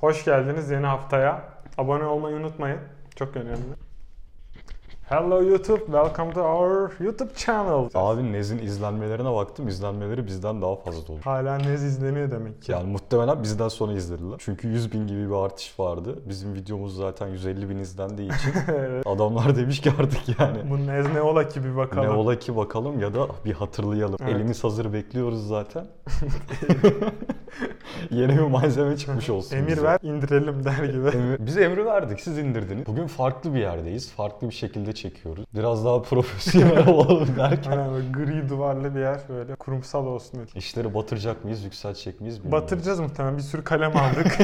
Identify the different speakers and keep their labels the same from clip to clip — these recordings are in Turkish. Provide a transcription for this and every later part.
Speaker 1: Hoş geldiniz yeni haftaya. Abone olmayı unutmayın. Çok önemli. Hello YouTube, welcome to our YouTube channel.
Speaker 2: Abi Nez'in izlenmelerine baktım. İzlenmeleri bizden daha fazla oldu.
Speaker 1: Hala Nez izleniyor demek ki.
Speaker 2: Yani muhtemelen bizden sonra izlediler. Çünkü 100 bin gibi bir artış vardı. Bizim videomuz zaten 150 bin izlendiği için
Speaker 1: evet.
Speaker 2: adamlar demiş ki artık yani.
Speaker 1: Bu Nez ne ola ki bir bakalım.
Speaker 2: Ne ola ki bakalım ya da bir hatırlayalım.
Speaker 1: Evet.
Speaker 2: Elimiz hazır bekliyoruz zaten. Yeni bir malzeme çıkmış olsun.
Speaker 1: Emir
Speaker 2: bize.
Speaker 1: ver, indirelim der gibi.
Speaker 2: Emir- Biz emri verdik, siz indirdiniz. Bugün farklı bir yerdeyiz, farklı bir şekilde çekiyoruz. Biraz daha profesyonel olalım derken.
Speaker 1: Aynen böyle gri duvarlı bir yer böyle kurumsal olsun dedik.
Speaker 2: İşleri batıracak mıyız, yükseltecek miyiz bilmiyorum.
Speaker 1: Batıracağız muhtemelen bir sürü kalem aldık.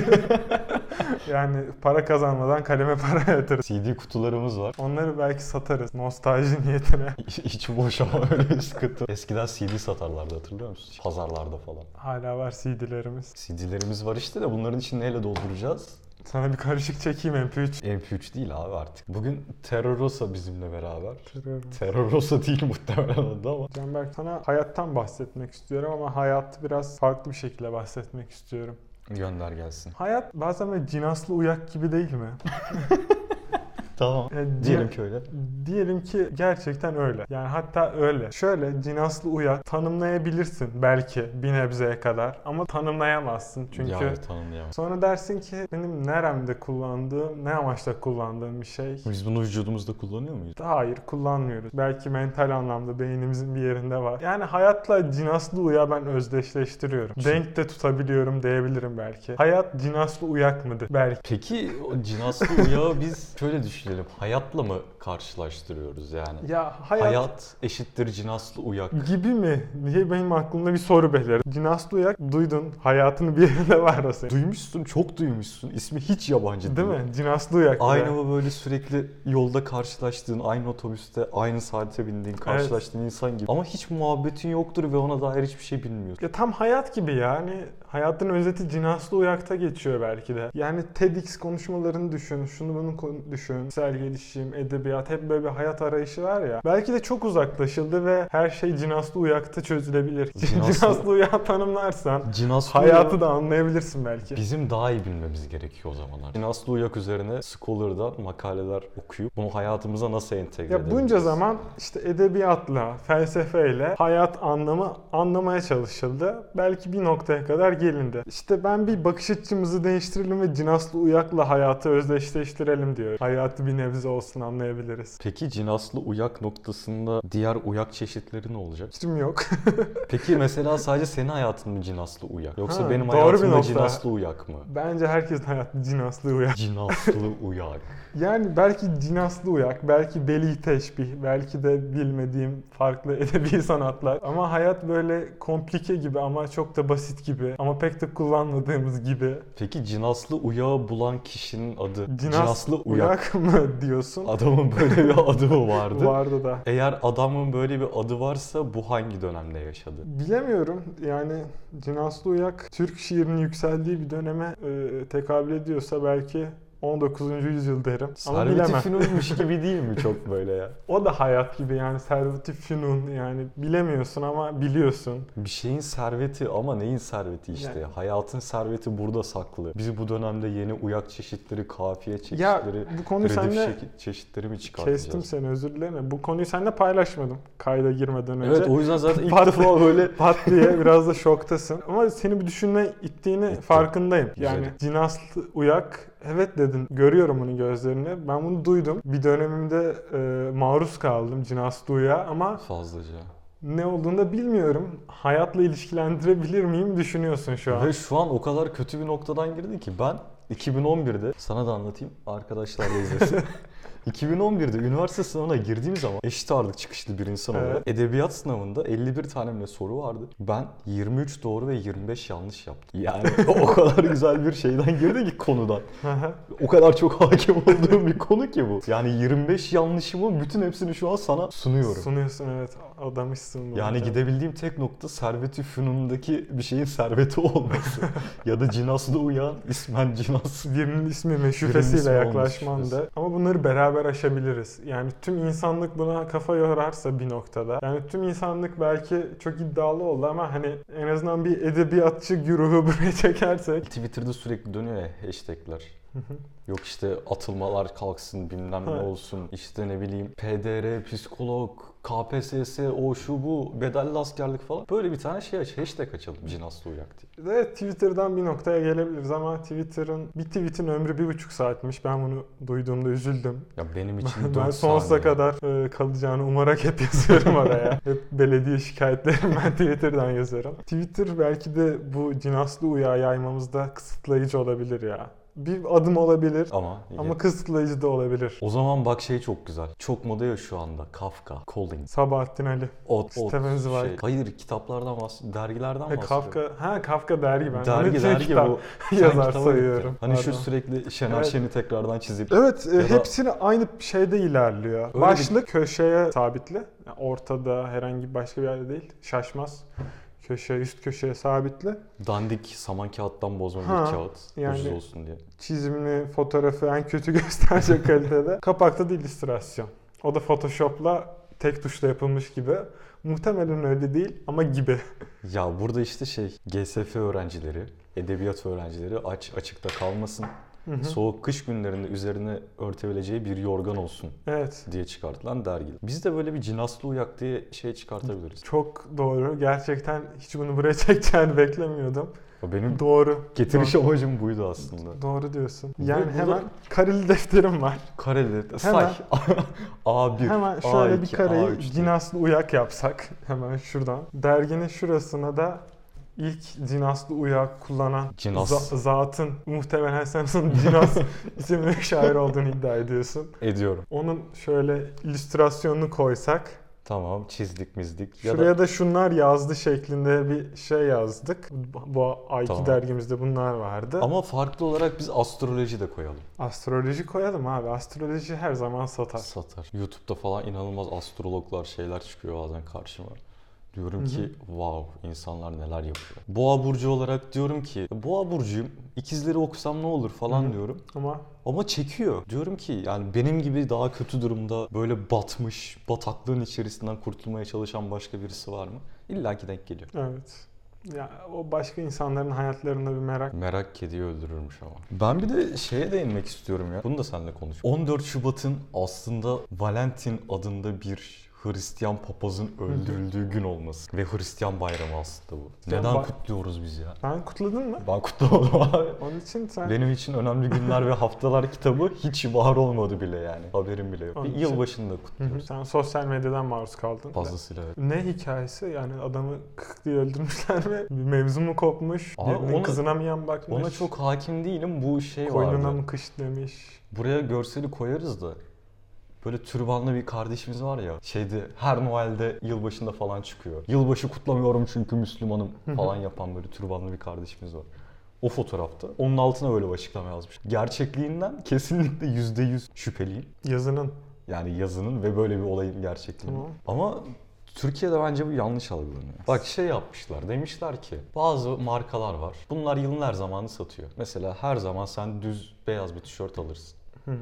Speaker 1: yani para kazanmadan kaleme para yatırız.
Speaker 2: CD kutularımız var.
Speaker 1: Onları belki satarız nostalji niyetine.
Speaker 2: İçi boş ama öyle bir sıkıntı. Eskiden CD satarlardı hatırlıyor musun? Pazarlarda falan.
Speaker 1: Hala var CD'lerimiz.
Speaker 2: CD'lerimiz var işte de bunların içini neyle dolduracağız?
Speaker 1: Sana bir karışık çekeyim MP3.
Speaker 2: MP3 değil abi artık. Bugün Terrorosa bizimle beraber.
Speaker 1: Hatırlıyorum.
Speaker 2: Terrorosa değil muhtemelen adı ama.
Speaker 1: Canberk sana hayattan bahsetmek istiyorum ama hayatı biraz farklı bir şekilde bahsetmek istiyorum.
Speaker 2: Gönder gelsin.
Speaker 1: Hayat bazen böyle cinaslı uyak gibi değil mi?
Speaker 2: Tamam.
Speaker 1: Yani
Speaker 2: Diyelim ki öyle.
Speaker 1: Diyelim ki gerçekten öyle. Yani hatta öyle. Şöyle cinaslı uyak tanımlayabilirsin belki bir nebzeye kadar ama tanımlayamazsın çünkü
Speaker 2: Ya tanımlayamam.
Speaker 1: sonra dersin ki benim neremde kullandığım, ne amaçla kullandığım bir şey.
Speaker 2: Biz bunu vücudumuzda kullanıyor muyuz?
Speaker 1: Hayır kullanmıyoruz. Belki mental anlamda beynimizin bir yerinde var. Yani hayatla cinaslı uya ben özdeşleştiriyorum.
Speaker 2: Şimdi-
Speaker 1: Denk de tutabiliyorum diyebilirim belki. Hayat cinaslı uyak mıdır? Belki.
Speaker 2: Peki o cinaslı uyağı biz şöyle düşünelim. Hayatla mı karşılaştırıyoruz yani?
Speaker 1: Ya hayat,
Speaker 2: Hayat, eşittir cinaslı uyak.
Speaker 1: gibi mi diye benim aklımda bir soru belirdi. Cinaslı uyak duydun. Hayatının bir yerinde var o senin.
Speaker 2: Duymuşsun, çok duymuşsun. İsmi hiç yabancı
Speaker 1: Değil mi? Cinaslı uyak. bir de.
Speaker 2: Aynı o böyle sürekli yolda karşılaştığın, aynı otobüste, aynı saate bindiğin, karşılaştığın insan gibi. Ama hiç muhabbetin yoktur ve ona dair hiçbir şey bilmiyorsun.
Speaker 1: Ya tam hayat gibi yani. Hayatın özeti cinaslı uyakta geçiyor belki de. Yani TEDx konuşmalarını düşün, şunu bunu kon- düşün. Kişisel gelişim, edebiyat hep böyle bir hayat arayışı var ya. Belki de çok uzaklaşıldı ve her şey cinaslı uyakta çözülebilir. Cinaslı,
Speaker 2: Cinaslı-
Speaker 1: uyak tanımlarsan
Speaker 2: Cinaslı
Speaker 1: hayatı
Speaker 2: uyak-
Speaker 1: da anlayabilirsin belki.
Speaker 2: Bizim daha iyi bilmemiz gerekiyor o zamanlar. Cinaslı uyak üzerine Scholar'dan makaleler okuyup bunu hayatımıza nasıl entegre
Speaker 1: Ya bunca
Speaker 2: edebiliriz?
Speaker 1: zaman işte edebiyatla, felsefeyle hayat anlamı anlamaya çalışıldı. Belki bir noktaya kadar gelindi. İşte ben bir bakış açımızı değiştirelim ve cinaslı uyakla hayatı özdeşleştirelim diyor. Hayatı bir nebze olsun anlayabiliriz.
Speaker 2: Peki cinaslı uyak noktasında diğer uyak çeşitleri ne olacak?
Speaker 1: Fikrim yok.
Speaker 2: Peki mesela sadece senin hayatın mı cinaslı uyak? Yoksa
Speaker 1: Ha,
Speaker 2: benim
Speaker 1: doğru bir
Speaker 2: hayatım da
Speaker 1: nokta.
Speaker 2: cinaslı uyak mı?
Speaker 1: Bence herkesin hayatı cinaslı uyak.
Speaker 2: Cinaslı uyak.
Speaker 1: Yani belki cinaslı uyak, belki beli teşbih, belki de bilmediğim farklı edebi sanatlar. Ama hayat böyle komplike gibi ama çok da basit gibi ama pek de kullanmadığımız gibi.
Speaker 2: Peki cinaslı uyağı bulan kişinin adı
Speaker 1: Cinas
Speaker 2: cinaslı uyak.
Speaker 1: uyak mı diyorsun?
Speaker 2: Adamın böyle bir adı mı vardı?
Speaker 1: Vardı da.
Speaker 2: Eğer adamın böyle bir adı varsa bu hangi dönemde yaşadı?
Speaker 1: Bilemiyorum yani Cinaslı Uyak Türk şiirinin yükseldiği bir döneme e, tekabül ediyorsa belki 19. yüzyıl derim. Ama
Speaker 2: Servet-i
Speaker 1: bilemem.
Speaker 2: Fünun'muş gibi değil mi çok böyle ya?
Speaker 1: O da hayat gibi yani Servet-i Fünun yani bilemiyorsun ama biliyorsun.
Speaker 2: Bir şeyin serveti ama neyin serveti işte?
Speaker 1: Yani.
Speaker 2: Hayatın serveti burada saklı. Biz bu dönemde yeni uyak çeşitleri, kafiye
Speaker 1: Ya
Speaker 2: çeşitleri,
Speaker 1: bu konuyu
Speaker 2: redif
Speaker 1: seninle
Speaker 2: çeki- çeşitleri mi çıkartacağız?
Speaker 1: kestim seni özür dilerim. Bu konuyu seninle paylaşmadım kayda girmeden önce.
Speaker 2: Evet o yüzden zaten ilk
Speaker 1: Pat-
Speaker 2: defa böyle
Speaker 1: Pat diye biraz da şoktasın. Ama seni bir düşünme ittiğini
Speaker 2: İtti.
Speaker 1: farkındayım.
Speaker 2: Güzel.
Speaker 1: Yani cinaslı uyak evet dedin. Görüyorum bunun gözlerinde. Ben bunu duydum. Bir dönemimde e, maruz kaldım cinaslı uyağa ama
Speaker 2: fazlaca.
Speaker 1: ne olduğunu da bilmiyorum. Hayatla ilişkilendirebilir miyim düşünüyorsun şu an.
Speaker 2: Ve şu an o kadar kötü bir noktadan girdin ki ben 2011'de sana da anlatayım arkadaşlar da izlesin. 2011'de üniversite sınavına girdiğim zaman eşit ağırlık çıkışlı bir insan olarak
Speaker 1: Evet.
Speaker 2: edebiyat sınavında 51 tanemle soru vardı. Ben 23 doğru ve 25 yanlış yaptım. Yani o kadar güzel bir şeyden girdi ki konudan. O kadar çok hakim olduğum bir konu ki bu. Yani 25 yanlışımın bütün hepsini şu an sana sunuyorum.
Speaker 1: Sunuyorsun evet. adamışsın buna.
Speaker 2: Yani gidebildiğim tek nokta serveti fünundaki bir şeyin serveti olması. ya da cinaslı uyan ismen cinas.
Speaker 1: birinin ismi ve
Speaker 2: ismi
Speaker 1: şüphesiyle
Speaker 2: olmuş
Speaker 1: yaklaşman da.
Speaker 2: şüphesi.
Speaker 1: Ama bunları beraber aşabiliriz. Yani tüm insanlık buna kafa yorarsa bir noktada. Yani tüm insanlık belki çok iddialı oldu ama hani en azından bir edebiyatçı güruhu buraya çekersek.
Speaker 2: Twitter'da sürekli dönüyor ya hashtagler. Yok işte atılmalar kalksın bilmem ne
Speaker 1: Evet.
Speaker 2: olsun. İşte ne bileyim PDR, psikolog, KPSS, o şu bu, bedelli askerlik falan. Böyle bir tane şey aç, hashtag açalım cinaslı uyak diye.
Speaker 1: Ve Twitter'dan bir noktaya gelebiliriz ama Twitter'ın bir tweet'in ömrü bir buçuk saatmiş. Ben bunu duyduğumda üzüldüm.
Speaker 2: Ya benim için dört
Speaker 1: ben sonsuza
Speaker 2: saniye.
Speaker 1: kadar e, kalacağını umarak hep yazıyorum oraya. hep belediye şikayetlerimi ben Twitter'dan yazıyorum. Twitter belki de bu cinaslı uyağı yaymamızda kısıtlayıcı olabilir ya. Bir adım olabilir
Speaker 2: Ama,
Speaker 1: ama kısıtlayıcı da olabilir.
Speaker 2: o zaman bak şey çok güzel. Çok moda ya şu anda. Kafka, Collins,
Speaker 1: Sabahattin Ali.
Speaker 2: Ot, şey, Ot.
Speaker 1: Stephen Zweig.
Speaker 2: Şey. Hayır kitaplardan bahsediyorum. Dergilerden
Speaker 1: E,
Speaker 2: bahsediyorum.
Speaker 1: Kafka, ha Kafka dergi ben.
Speaker 2: Dergi
Speaker 1: Onu
Speaker 2: dergi
Speaker 1: kitap
Speaker 2: bu. Sen
Speaker 1: yazar
Speaker 2: kitaba gittin.
Speaker 1: sayıyorum.
Speaker 2: Hani şu
Speaker 1: Pardon.
Speaker 2: sürekli Şener
Speaker 1: Evet.
Speaker 2: Şen'i tekrardan çizip
Speaker 1: Evet, e,
Speaker 2: Ya da-
Speaker 1: hepsini aynı şeyde ilerliyor.
Speaker 2: bir-
Speaker 1: Başlık köşeye sabitli. Yani ortada herhangi başka bir yerde değil. Şaşmaz. Köşe, üst köşeye sabitli.
Speaker 2: dandik saman kağıttan bozma
Speaker 1: Ha,
Speaker 2: bir kağıt.
Speaker 1: yani-
Speaker 2: Ucuz olsun diye.
Speaker 1: Çizimli fotoğrafı en kötü gösterecek kalitede. Kapakta da illüstrasyon. O da Photoshop'la tek tuşla yapılmış gibi. Muhtemelen öyle değil ama gibi.
Speaker 2: Ya burada işte şey GSF öğrencileri, edebiyat öğrencileri aç açıkta kalmasın.
Speaker 1: Hı hı.
Speaker 2: Soğuk kış günlerinde üzerine örtebileceği bir yorgan olsun
Speaker 1: Evet.
Speaker 2: diye çıkartılan dergi. Biz de böyle bir cinaslı uyak diye şey çıkartabiliriz.
Speaker 1: Çok doğru. Gerçekten hiç bunu buraya çekeceğini beklemiyordum.
Speaker 2: Ya Benim
Speaker 1: Doğru.
Speaker 2: getiriş amacım buydu aslında.
Speaker 1: Doğru diyorsun.
Speaker 2: Bu-
Speaker 1: Yani
Speaker 2: bu da-
Speaker 1: hemen kareli defterim var.
Speaker 2: Kareli say.
Speaker 1: Hemen-
Speaker 2: A1,
Speaker 1: Hemen şöyle
Speaker 2: A2,
Speaker 1: bir kareyi
Speaker 2: A3 diye.
Speaker 1: cinaslı uyak yapsak hemen şuradan. Derginin şurasına da ilk cinaslı uyak kullanan
Speaker 2: Cinas.
Speaker 1: za- zatın muhtemelen sen onun cinas isimli bir şair olduğunu iddia ediyorsun.
Speaker 2: ediyorum.
Speaker 1: Onun şöyle illüstrasyonunu koysak.
Speaker 2: Tamam çizdik mizdik. Ya da-
Speaker 1: Şuraya da şunlar yazdı şeklinde bir şey yazdık. Bu bu ayki
Speaker 2: Tamam.
Speaker 1: dergimizde bunlar vardı.
Speaker 2: Ama farklı olarak biz astroloji de koyalım.
Speaker 1: Astroloji koyalım abi. Astroloji her zaman satar.
Speaker 2: Satar. YouTube'da falan inanılmaz astrologlar şeyler çıkıyor bazen karşıma. Diyorum ki wow insanlar neler yapıyor. Boğa burcu olarak diyorum ki boğa burcuyum ikizleri okusam ne olur falan
Speaker 1: Hı hı.
Speaker 2: diyorum.
Speaker 1: Ama
Speaker 2: Ama çekiyor. Diyorum ki yani benim gibi daha kötü durumda böyle batmış bataklığın içerisinden kurtulmaya çalışan başka birisi var mı? İlla ki denk geliyor.
Speaker 1: evet. Ya o başka insanların hayatlarında bir merak
Speaker 2: Merak kediyi öldürürmüş ama. Ben bir de şeye değinmek istiyorum ya. Bunu da seninle konuş. 14 Şubat'ın aslında Valentin adında bir Hristiyan papazın öldürüldüğü gün olması. Ve Hristiyan bayramı aslında bu.
Speaker 1: Hristiyan
Speaker 2: Neden
Speaker 1: bay-
Speaker 2: kutluyoruz biz ya?
Speaker 1: Ben kutladın mı?
Speaker 2: Ben kutlamadım abi.
Speaker 1: Onun için sen
Speaker 2: Benim için önemli günler ve haftalar kitabı hiç var olmadı bile yani. Haberim bile yok.
Speaker 1: Onun
Speaker 2: Bir
Speaker 1: için-
Speaker 2: yılbaşında
Speaker 1: Hı hı.
Speaker 2: kutluyoruz.
Speaker 1: sen sosyal medyadan maruz kaldın.
Speaker 2: Fazlasıyla evet.
Speaker 1: Ne hikayesi? Yani adamı kık diye öldürmüşler mi? Bir mevzu mu kopmuş?
Speaker 2: Aa,
Speaker 1: Birinin
Speaker 2: ona-
Speaker 1: kızına mı yan bakmış?
Speaker 2: Ona çok hakim değilim. Bu şey
Speaker 1: Koynuna
Speaker 2: vardı.
Speaker 1: mı kış demiş?
Speaker 2: Buraya görseli koyarız da böyle türbanlı bir kardeşimiz var ya şeyde her Noel'de yılbaşında falan çıkıyor. Yılbaşı kutlamıyorum çünkü Müslümanım falan yapan böyle türbanlı bir kardeşimiz var. O fotoğrafta onun altına böyle bir açıklama yazmış. Gerçekliğinden kesinlikle %100 şüpheliyim.
Speaker 1: Yazının.
Speaker 2: Yani yazının ve böyle bir olayın gerçekliğini.
Speaker 1: Tamam.
Speaker 2: Ama Türkiye'de bence bu yanlış algılanıyor. Bak şey yapmışlar demişler ki bazı markalar var. Bunlar yılın her zamanı satıyor. Mesela her zaman sen düz beyaz bir tişört alırsın.
Speaker 1: Hı hı.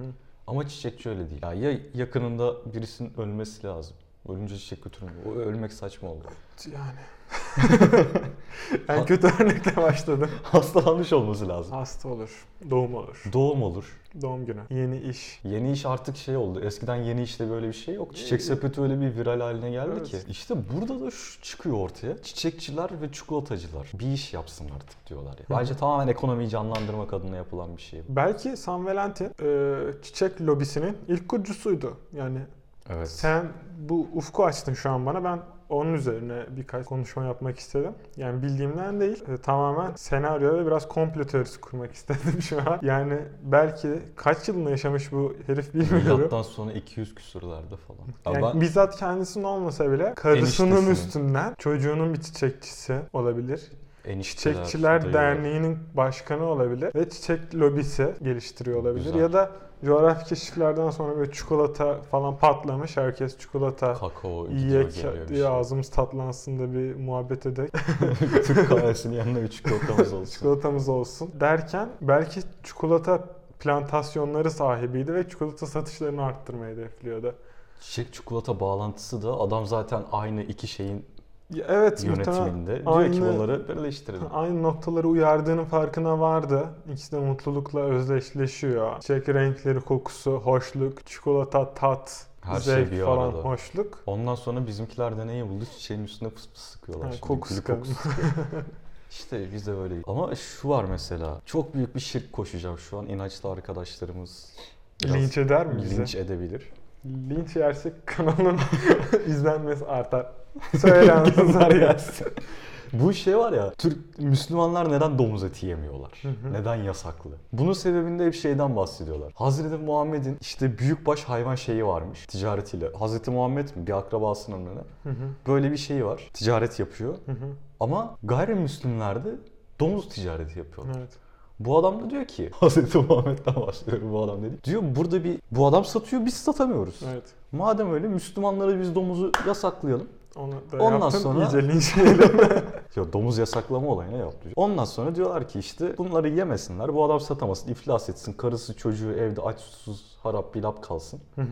Speaker 2: Ama çiçekçi öyle değil. Ya, ya yakınında birisinin ölmesi lazım. Ölünce çiçek götürmüyor. O ölmek saçma oldu.
Speaker 1: yani. en kötü örnekle başladım.
Speaker 2: Hastalanmış olması lazım.
Speaker 1: Hasta olur. Doğum olur.
Speaker 2: Doğum olur.
Speaker 1: Doğum günü. Yeni iş.
Speaker 2: Yeni iş artık şey oldu. Eskiden yeni işte böyle bir şey yok. Çiçek sepeti öyle bir viral haline geldi
Speaker 1: Ee, Evet.
Speaker 2: ki. İşte burada da şu çıkıyor ortaya. Çiçekçiler ve çikolatacılar bir iş yapsın artık diyorlar. Ya. Bence tamamen ekonomiyi canlandırmak adına yapılan bir şey. bu.
Speaker 1: Belki San Valentin e, çiçek lobisinin ilk kurucusuydu. Yani
Speaker 2: Evet.
Speaker 1: Sen bu ufku açtın şu an bana. Ben onun üzerine birkaç konuşma yapmak istedim. Yani bildiğimden değil. e, tamamen senaryo ve biraz komplo teorisi kurmak istedim şu an. Yani belki kaç yılında yaşamış bu herif bilmiyorum.
Speaker 2: Milattan sonra 200 küsurlarda falan. Ya
Speaker 1: Yani
Speaker 2: ben-
Speaker 1: bizzat kendisinin olmasa bile karısının
Speaker 2: Eniştesinin.
Speaker 1: üstünden çocuğunun bir çiçekçisi olabilir.
Speaker 2: Enişteler,
Speaker 1: Çiçekçiler
Speaker 2: dayılar.
Speaker 1: Derneği'nin başkanı olabilir ve çiçek lobisi geliştiriyor olabilir.
Speaker 2: Güzel.
Speaker 1: Ya da coğrafi keşiflerden sonra böyle çikolata falan patlamış. Herkes çikolata
Speaker 2: kakao gidiyor
Speaker 1: yiyek
Speaker 2: geliyor bir
Speaker 1: diye ağzımız tatlansın da bir muhabbet edek.
Speaker 2: şey. Türk kahvesinin yanına üç kokamız olsun.
Speaker 1: Çikolatamız olsun derken belki çikolata plantasyonları sahibiydi ve çikolata satışlarını arttırmayı hedefliyordu.
Speaker 2: Çiçek çikolata bağlantısı da adam zaten aynı iki şeyin
Speaker 1: Ya Evet muhtemelen
Speaker 2: yönetiminde. Diyor ki
Speaker 1: aynı,
Speaker 2: bunları birleştirelim.
Speaker 1: aynı noktaları uyardığının farkına vardı. İkisi de mutlulukla özdeşleşiyor. Çiçek renkleri, kokusu, hoşluk, çikolata, tat,
Speaker 2: Her şey
Speaker 1: zevk
Speaker 2: bir
Speaker 1: falan
Speaker 2: arada.
Speaker 1: hoşluk.
Speaker 2: Ondan sonra bizimkiler de neyi buldu? Çiçeğin üstüne fıs fıs sıkıyorlar.
Speaker 1: Yani
Speaker 2: Şimdi
Speaker 1: koku
Speaker 2: gülü
Speaker 1: sıkan.
Speaker 2: sıkıyor. işte biz de böyleyiz. Ama şu var mesela. Çok büyük bir şirk koşacağım şu an. İnançlı arkadaşlarımız biraz
Speaker 1: Linç eder mi bizi?
Speaker 2: linç edebilir.
Speaker 1: Linç yersek kanalın izlenmesi artar. Söyle anasını gelsin.
Speaker 2: Bu şey var ya, Türk Müslümanlar neden domuz eti yemiyorlar?
Speaker 1: hı.
Speaker 2: neden yasaklı? Bunun sebebinde hep şeyden bahsediyorlar. Hazreti Muhammed'in işte büyükbaş hayvan şeyi varmış ticaretiyle. Hazreti Muhammed mi? Bir akrabasının mı
Speaker 1: Hı
Speaker 2: ne?
Speaker 1: hı,
Speaker 2: Böyle bir şeyi var. Ticaret yapıyor.
Speaker 1: hı hı.
Speaker 2: Ama gayrimüslimler de domuz ticareti yapıyorlar.
Speaker 1: evet.
Speaker 2: Bu adam da diyor ki Hazreti Muhammed'den bahsediyorum bu adam dedi. Diyor burada bir bu adam satıyor biz satamıyoruz.
Speaker 1: Evet.
Speaker 2: Madem öyle Müslümanlara biz domuzu yasaklayalım.
Speaker 1: Onu da
Speaker 2: Ondan
Speaker 1: yaptın,
Speaker 2: sonra-
Speaker 1: iyice linç yedim.
Speaker 2: Ya domuz yasaklama olayına yaptı. Ondan sonra diyorlar ki işte bunları yemesinler. Bu adam satamasın, iflas etsin. Karısı çocuğu evde aç susuz harap bilap kalsın.
Speaker 1: Hı hı.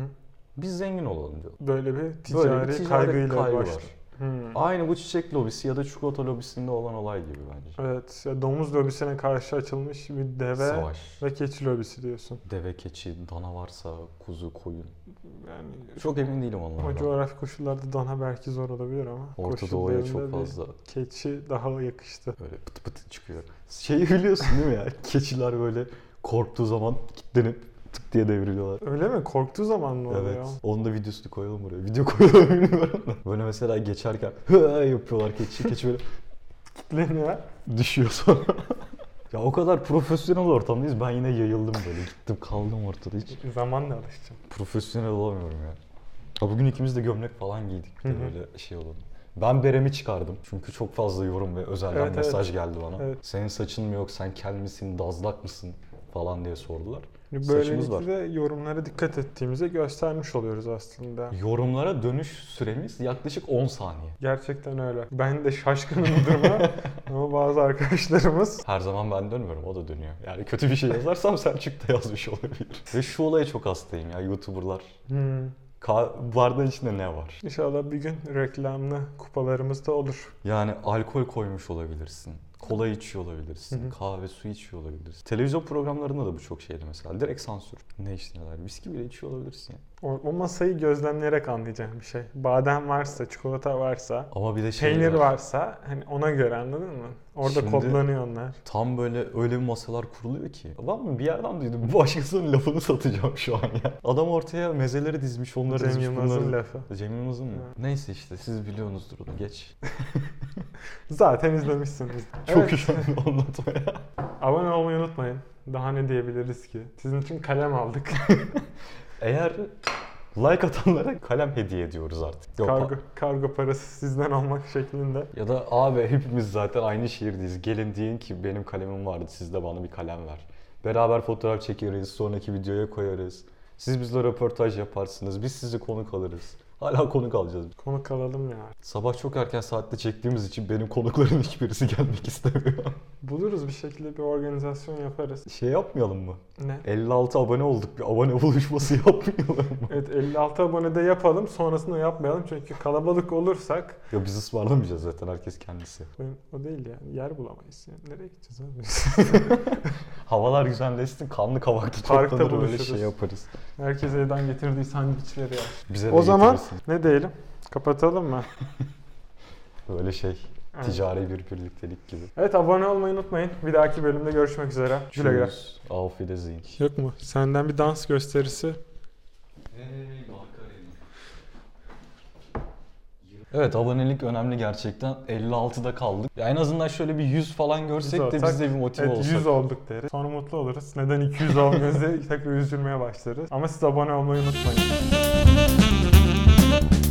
Speaker 2: Biz zengin olalım diyor.
Speaker 1: Böyle bir ticari,
Speaker 2: Böyle bir ticari
Speaker 1: kaygıyla
Speaker 2: kaygı
Speaker 1: başlıyor.
Speaker 2: var.
Speaker 1: Hı.
Speaker 2: Aynı bu çiçek lobisi ya da çikolata lobisinde olan olay gibi bence.
Speaker 1: Evet, ya domuz lobisine karşı açılmış bir deve
Speaker 2: Savaş.
Speaker 1: ve keçi lobisi diyorsun.
Speaker 2: Deve, keçi, dana varsa, kuzu, koyun.
Speaker 1: Yani
Speaker 2: Çok emin değilim
Speaker 1: o
Speaker 2: onlardan.
Speaker 1: coğrafi koşullarda dana belki zor olabilir ama
Speaker 2: Orta Doğu'ya
Speaker 1: koşullarında
Speaker 2: çok
Speaker 1: bir
Speaker 2: fazla
Speaker 1: keçi daha yakıştı.
Speaker 2: böyle pıt pıt çıkıyor. Şeyi biliyorsun değil mi ya? Keçiler böyle korktuğu zaman kilitlenip tık diye devriliyorlar.
Speaker 1: Öyle mi? Korktuğu zaman mı oluyor?
Speaker 2: Evet. Onun da videosunu koyalım buraya. Video koyalım bilmiyorum da. Böyle mesela geçerken "Hı" yapıyorlar keçi. Keçi böyle
Speaker 1: Kitleniyor.
Speaker 2: düşüyor sonra. ya o kadar profesyonel ortamdayız. Ben yine yayıldım böyle. Gittim kaldım ortada hiç.
Speaker 1: Zamanla alışacağım.
Speaker 2: Profesyonel olamıyorum ya. Ha bugün ikimiz de gömlek falan giydik. Bir
Speaker 1: Hı
Speaker 2: de
Speaker 1: hı.
Speaker 2: böyle şey olalım. Ben beremi çıkardım. Çünkü çok fazla yorum ve özelden
Speaker 1: Evet, evet.
Speaker 2: mesaj geldi bana.
Speaker 1: Evet.
Speaker 2: Senin saçın mı yok, sen kel misin, dazlak mısın falan diye sordular. Saçımız var.
Speaker 1: Hani Böylelikle de yorumlara dikkat ettiğimizi göstermiş oluyoruz aslında.
Speaker 2: Yorumlara dönüş süremiz yaklaşık 10 saniye.
Speaker 1: Gerçekten öyle. Ben de şaşkınım bu duruma ama bazı arkadaşlarımız
Speaker 2: Her zaman ben dönmüyorum, o da dönüyor. Yani kötü bir şey yazarsam Selçuk da yazmış olabilir. Ve şu olaya çok hastayım ya YouTuber'lar.
Speaker 1: hmm,
Speaker 2: Ka- bardağın içinde ne var?
Speaker 1: inşallah bir gün reklamlı kupalarımız da olur.
Speaker 2: Yani alkol koymuş olabilirsin. Kola içiyor olabilirsin.
Speaker 1: Hı hı.
Speaker 2: Kahve, su içiyor olabilirsin. Televizyon programlarında da bu çok şeydi mesela. Direkt sansür. Ne içtiler? Viski bile içiyor olabilirsin. ya.
Speaker 1: O, o masayı gözlemleyerek anlayacağım bir şey. Badem varsa, çikolata varsa,
Speaker 2: Ama bir de şey
Speaker 1: peynir varsa hani ona göre anladın mı? Orada
Speaker 2: Şimdi-
Speaker 1: kodlanıyor onlar.
Speaker 2: Tam böyle öyle bir masalar kuruluyor ki. Lan mı bir yerden duydum. Başkasının lafını satacağım şu an ya. Adam ortaya mezeleri dizmiş, onları
Speaker 1: Cem
Speaker 2: dizmiş.
Speaker 1: Yılmaz'ın
Speaker 2: bunları-
Speaker 1: lafı.
Speaker 2: Cem Yılmaz'ın mı?
Speaker 1: Evet.
Speaker 2: Neyse işte siz biliyorsunuzdur onu geç.
Speaker 1: Zaten izlemişsiniz.
Speaker 2: Çok
Speaker 1: Evet,
Speaker 2: üşendim anlatmaya.
Speaker 1: Abone olmayı unutmayın. Daha ne diyebiliriz ki? Sizin için kalem aldık.
Speaker 2: Eğer like atanlara kalem hediye ediyoruz artık. Yok,
Speaker 1: kargo, kargo parası sizden almak şeklinde.
Speaker 2: Ya da abi hepimiz zaten aynı şehirdeyiz. Gelin diyin ki benim kalemim vardı siz de bana bir kalem ver. Beraber fotoğraf çekeriz, sonraki videoya koyarız. Siz bizle röportaj yaparsınız, biz sizi konuk alırız. Hala konuk alacağız.
Speaker 1: Konu kalalım ya.
Speaker 2: Sabah çok erken saatte çektiğimiz için benim konukların hiçbirisi gelmek istemiyor.
Speaker 1: Buluruz bir şekilde bir organizasyon yaparız.
Speaker 2: şey yapmayalım mı?
Speaker 1: Ne?
Speaker 2: 56 abone olduk bir abone buluşması yapmayalım mı?
Speaker 1: Evet 56 abone de yapalım sonrasında yapmayalım çünkü kalabalık olursak
Speaker 2: Ya biz ısmarlamayacağız zaten herkes kendisi.
Speaker 1: Ben- o değil yani yer bulamayız. Yani nereye gideceğiz abi?
Speaker 2: Havalar güzelleşsin kanlı kavakta
Speaker 1: Parkta
Speaker 2: toplanır öyle şey
Speaker 1: buluşuruz.
Speaker 2: yaparız.
Speaker 1: Herkes evden getirdiği sandviçleri yer.
Speaker 2: Bize
Speaker 1: O
Speaker 2: de
Speaker 1: zaman
Speaker 2: getirirsin.
Speaker 1: ne diyelim? Kapatalım mı?
Speaker 2: Böyle şey
Speaker 1: Evet.
Speaker 2: ticari bir birliktelik gibi.
Speaker 1: Evet abone olmayı unutmayın. Bir dahaki bölümde görüşmek üzere. Güle güle.
Speaker 2: Tschüss. Auf Wiedersehen.
Speaker 1: Yok mu? Senden bir dans gösterisi.
Speaker 2: Evet abonelik önemli gerçekten. 56'da kaldık. Ya en azından şöyle bir 100 falan görsek de
Speaker 1: olsak,
Speaker 2: biz de bir motive
Speaker 1: Evet
Speaker 2: olsak.
Speaker 1: 100 olduk deriz. Sonra mutlu oluruz. Neden 200 olmuyoruz diye tekrar üzülmeye başlarız. Ama siz abone olmayı unutmayın.